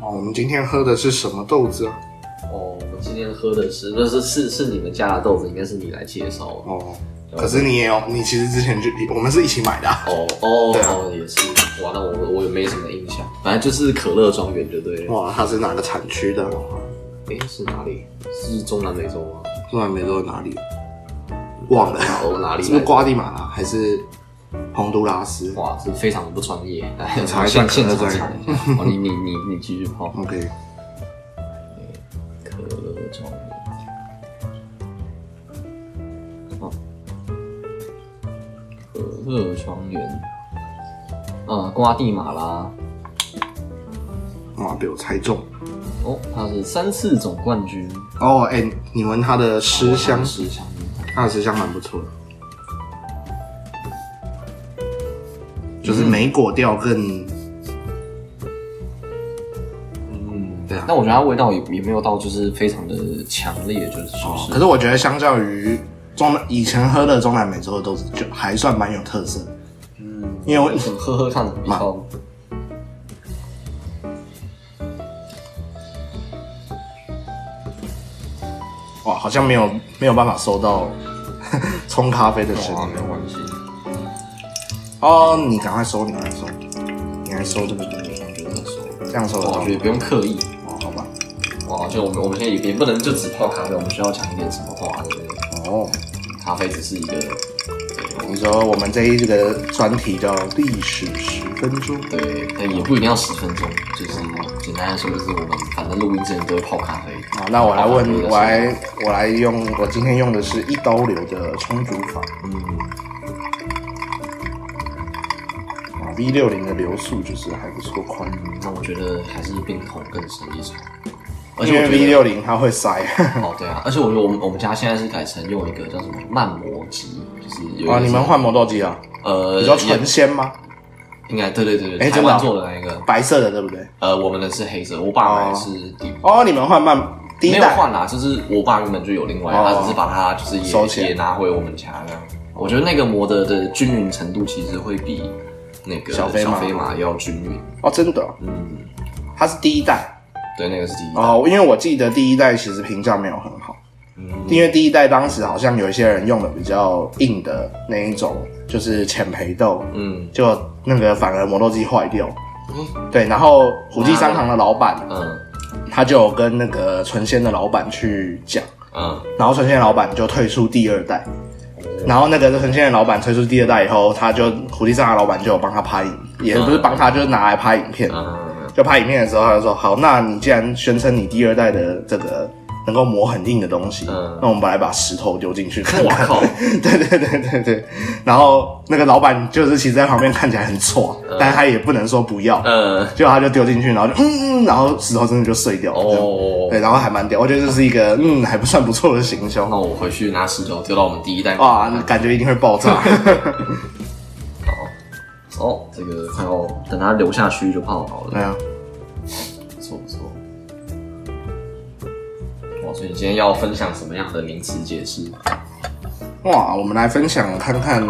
哦们今天喝的是什么豆子啊？哦，我今天喝的是，不是是是你们家的豆子，应该是你来介绍的。哦，可是你也有，你其实之前就我们是一起买的、啊。 哦哦对啊哦，也是，哇，那我我也没什么印象，反正就是可乐庄园就对了。哇，它是哪个产区的？哦诶，是哪里？是中南美洲吗？中南美洲的哪里？忘了，哦，哪里来的？是不是瓜地马啊拉还是洪都拉斯？哇，这非常的不专业，来， 我查们一下现现可乐专场查业一下。哦，你你你你继续泡 OK，可乐庄园。哦，可乐庄园。啊，瓜地马拉。哇，被我猜中。哦，他是三次总冠军。哦，哎、你闻它的诗香，十香。它的诗香蛮不错的，就是莓果调更嗯，对啊但我觉得它味道也也没有到就是非常的强烈，就是说哦可是是我觉得相较于中以前喝的中南美洲的豆子，就还算蛮有特色。嗯，因为我嗯喝喝看比较。哇，好像没有没有办法收到 冲咖啡的声哇，没音有关系。哦。你赶快收，你赶快收，你来收这个东西，这样收得哇到我觉得吗？不用刻意。哦，好吧。哇，就我们我们现在也也不能就只泡咖啡，我们需要讲一点什么话，对不对？哦，咖啡只是一个，你说我们这一个专题叫历史十分钟，对，但也不一定要十分钟，就是简单来说，就是我们反正录音之前都会泡咖啡。好，哦那我来问，好我来我来用，我今天用的是一刀流的冲煮法嗯，啊，V 六零的流速就是还不错宽，嗯那我觉得还是冰桶更胜一筹，而因且我为觉 V 得六零它会塞。哦，对啊，而且我觉得我们我们家现在是改成用一个叫什么慢磨机，就是有一啊，个你们换磨豆机啊？呃，你说也纯鲜吗？应该对对对哎对，台真的啊湾做的那一个，白色的对不对？呃，我们的是黑色，我爸买的是底哦，你们换慢第没一有代换啦，就是我爸原本就有另外一哦个，他只是把它就是也收起来也拿回我们家这样。我觉得那个磨的的均匀程度其实会比那个小小飞马飞马要均匀。哦，真的哦，嗯，它是第一代对，那个是第一。哦，因为我记得第一代其实评价没有很好，嗯，因为第一代当时好像有一些人用的比较硬的那一种，就是浅培豆，嗯就那个反而磨豆机坏掉。对，然后虎啊记商行的老板嗯他就有跟那个纯鲜的老板去讲，嗯，然后纯鲜的老板就退出第二代，然后那个纯鲜的老板退出第二代以后，他就虎记商行的老板就有帮他拍影，也不是帮他，就是拿来拍影片。嗯就拍影片的时候，他就说：“好，那你既然宣称你第二代的这个能够磨很硬的东西，嗯那我们把来把石头丢进去看 我看。靠 对对对对对。然后那个老板就是其实在旁边看起来很挫，但他也不能说不要，嗯，结果他就丢进去，然后就嗯嗯，然后石头真的就碎掉了。这样哦，对，然后还蛮屌，我觉得这是一个嗯还不算不错的行销。那我回去拿石头丢到我们第一代。哇，感觉一定会爆 炸。好，哦，这个快要等它流下去就泡好对了，啊，不错不错。哇，所以你今天要分享什么样的名词解释？哇，我们来分享看看，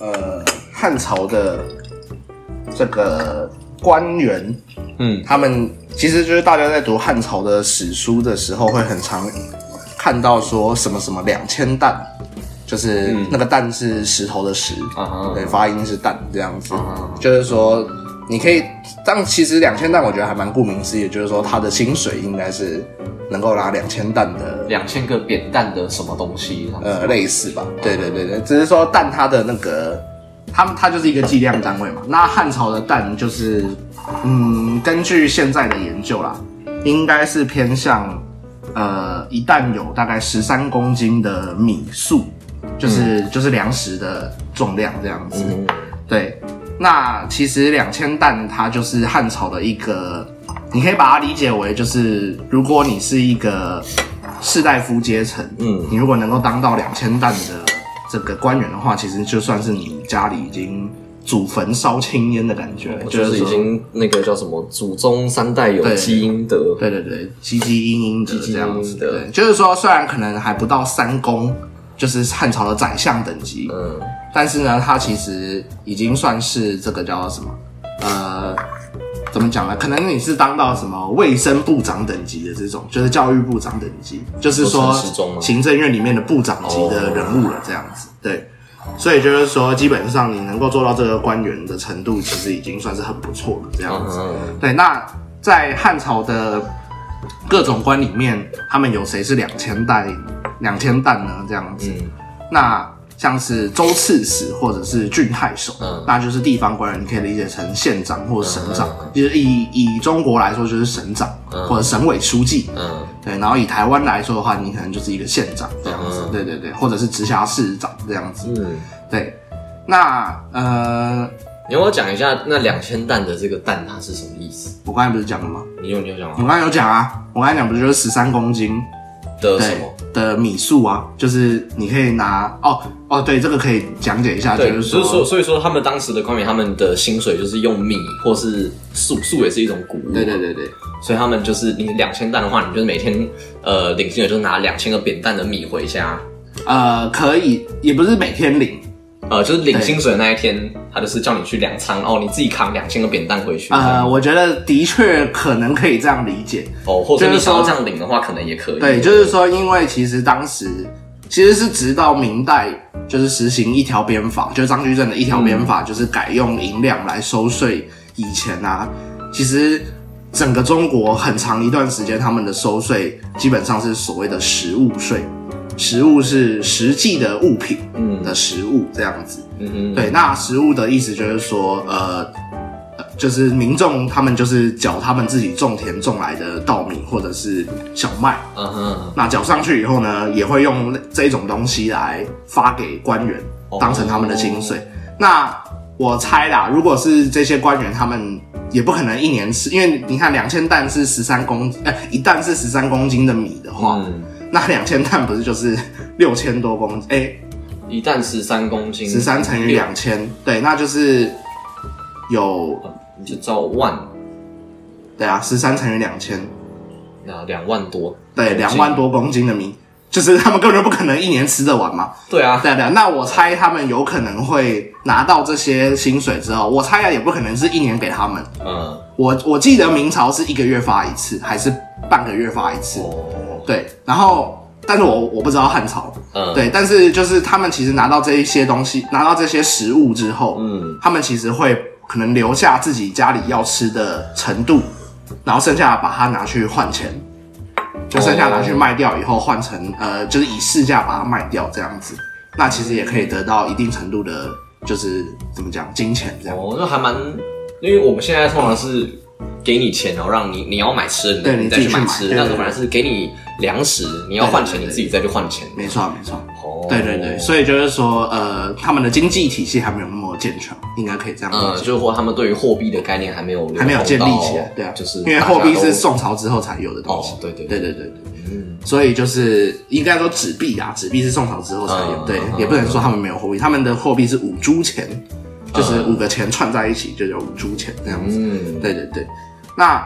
呃，汉朝的这个官员，嗯，他们其实就是大家在读汉朝的史书的时候，会很常看到说什么什么两千担，就是那个担是石头的石，嗯啊哈对，发音是担这样子，啊就是说你可以，但其实两千担我觉得还蛮顾名思义，就是说他的薪水应该是能够拿两千担的两千个扁担的什么东西？啊呃，类似吧。对对对对，只是说蛋它的那个，它它就是一个计量单位嘛。那汉朝的蛋就是，嗯，根据现在的研究啦，应该是偏向呃一担有大概十三公斤的米粟，就是、就是粮食的重量这样子。嗯对，那其实两千担它就是汉朝的一个，你可以把它理解为就是，如果你是一个士大夫阶层，嗯你如果能够当到两千担的这个官员的话，其实就算是你家里已经祖坟烧青烟的感觉，哦就是已说经那个叫什么祖宗三代有对基因的，对对对，唧唧嘤嘤的唧唧这样子嘤嘤的对，就是说虽然可能还不到三公，就是汉朝的宰相等级，嗯，但是呢，他其实已经算是这个叫什么，呃，怎么讲呢？可能你是当到什么卫生部长等级的这种，就是教育部长等级，就是说都是市中吗哦行政院里面的部长级的人物了，这样子。对，所以就是说，基本上你能够做到这个官员的程度，其实已经算是很不错了，这样子。嗯，对，那在汉朝的各种官里面，他们有谁是两千代、两千担呢？这样子，嗯那像是州刺史或者是郡太守，嗯那就是地方官人，你可以理解成县长或省长，嗯就是以以中国来说就是省长、或者省委书记。嗯对，然后以台湾来说的话，你可能就是一个县长这样子，嗯对对对，或者是直辖市长这样子，嗯，对。那呃，你要不要讲一下那两千担的这个担它是什么意思？我刚才不是讲了吗？你有你有讲我吗？刚才有讲啊，我刚才讲不是就是十三公斤的什对么？的米数啊，就是你可以拿哦哦，对，这个可以讲解一下，就对，是就是说，所以说他们当时的官员，他们的薪水就是用米或是粟，粟也是一种谷物。对对，对对所以他们就是你两千担的话，你就是每天呃领薪水就是拿两千个扁担的米回家，呃，可以，也不是每天领，呃，就是领对薪水的那一天，他就是叫你去粮仓，哦，你自己扛两千个扁担回去。这呃，样我觉得的确可能可以这样理解，哦，或者就是你想要说这样领的话，可能也可以。对，就是说，因为其实当时其实是直到明代，就是实行一条鞭法，就是张居正的一条鞭法，就是改用银两来收税。以前啊，其实整个中国很长一段时间，他们的收税基本上是所谓的实物税，实物是实际的物品嗯的实物这样子。嗯嗯，对，那实物的意思就是说，呃，呃就是民众他们就是缴他们自己种田种来的稻米或者是小麦，嗯哼，那缴上去以后呢，也会用这种东西来发给官员哦，当成他们的薪水。那我猜啦，如果是这些官员，他们也不可能一年吃，因为你看两千担是十三公，呃，一担是十三公斤的米的话，嗯，那两千担不是就是六千多公斤？哎、一担十三公斤，十三乘以两千，对，那就是有六，你就照万，对啊，十三乘以两千，那两万多。对，两万多公斤的米，就是他们根本就不可能一年吃得完嘛。对啊，对啊对啊，那我猜他们有可能会拿到这些薪水之后，我猜啊，也不可能是一年给他们。嗯，我我记得明朝是一个月发一次，还是半个月发一次？哦，对，然后但是我我不知道汉朝，嗯，，对，但是就是他们其实拿到这一些东西，拿到这些食物之后，嗯，他们其实会可能留下自己家里要吃的程度，然后剩下把它拿去换钱，就剩下拿去卖掉以后换成呃，就是以市价把它卖掉这样子。那其实也可以得到一定程度的，就是怎么讲，金钱这样。哦，那还蛮，因为我们现在通常是给你钱，然后让你你要买吃的，对你你再自己去去买买吃的，对那对种对反而是给你粮食，你要换钱，对对对你自己再去换钱。没错，没错。哦，对对对，所以就是说，呃，他们的经济体系还没有那么健全，应该可以这样呃，理解。就是或他们对于货币的概念还没有流通还没有建立起来到，对啊，就是因为大家货币都是宋朝之后才有的东西哦。，对对对，对对对。嗯，所以就是应该说纸币啊，纸币是宋朝之后才有，嗯对嗯，也不能说他们没有货币，他们的货币是五铢钱，就是五个钱串在一起就叫五铢钱这样子。嗯，对对对，那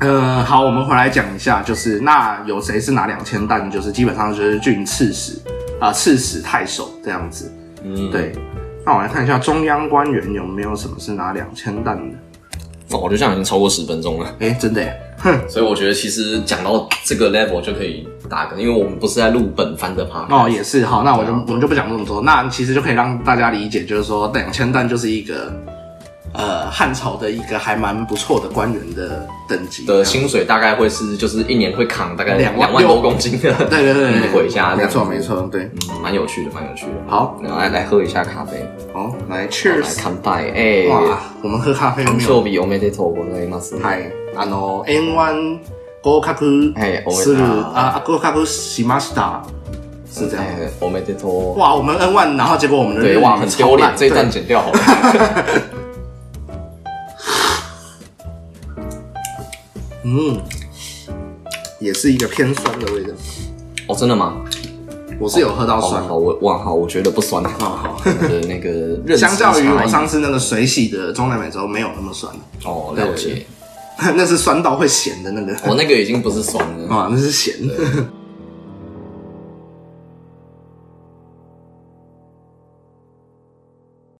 呃好，我们回来讲一下，就是那有谁是拿两千担，就是基本上就是郡刺史啊、刺史太守这样子。嗯，对，那我来看一下中央官员有没有什么是拿两千担的？哦，我觉得这样已经超过十分钟了。哎，真的耶，所以我觉得其实讲到这个 level 就可以打个，因为我们不是在录本番的 p a 哦，也是好，那我就啊我们就不讲这么多，那其实就可以让大家理解，就是说两千担就是一个呃汉朝的一个还蛮不错的官员的等级的薪水大概会是就是一年会扛大概两万两万多公斤的，对对对对， 回家这没样子错没，错，对，嗯蛮有趣的，蛮有趣的。好，然后来来喝一下咖啡，好，来来 cheers，干杯，哎，哇，我们喝咖啡没寿有？比我们得透过那吗？嗨，あの円湾合格哎我们する啊啊，合格しました，是这样。哎，我们得透。哇，我们 N 万，然后结果我们的日对，语哇，很超丢脸烂，这一段对剪掉好了。嗯，也是一个偏酸的味道。哦，真 的吗？哦我是有喝到酸好，好，我哇好，我觉得不酸。哦，好。的 那个认知相较于差我异上次那个水洗的中南美洲没有那么酸，哦了对对解， 那是酸到会咸的那个。哦 哦我那个已经不是酸了。啊，那是咸的。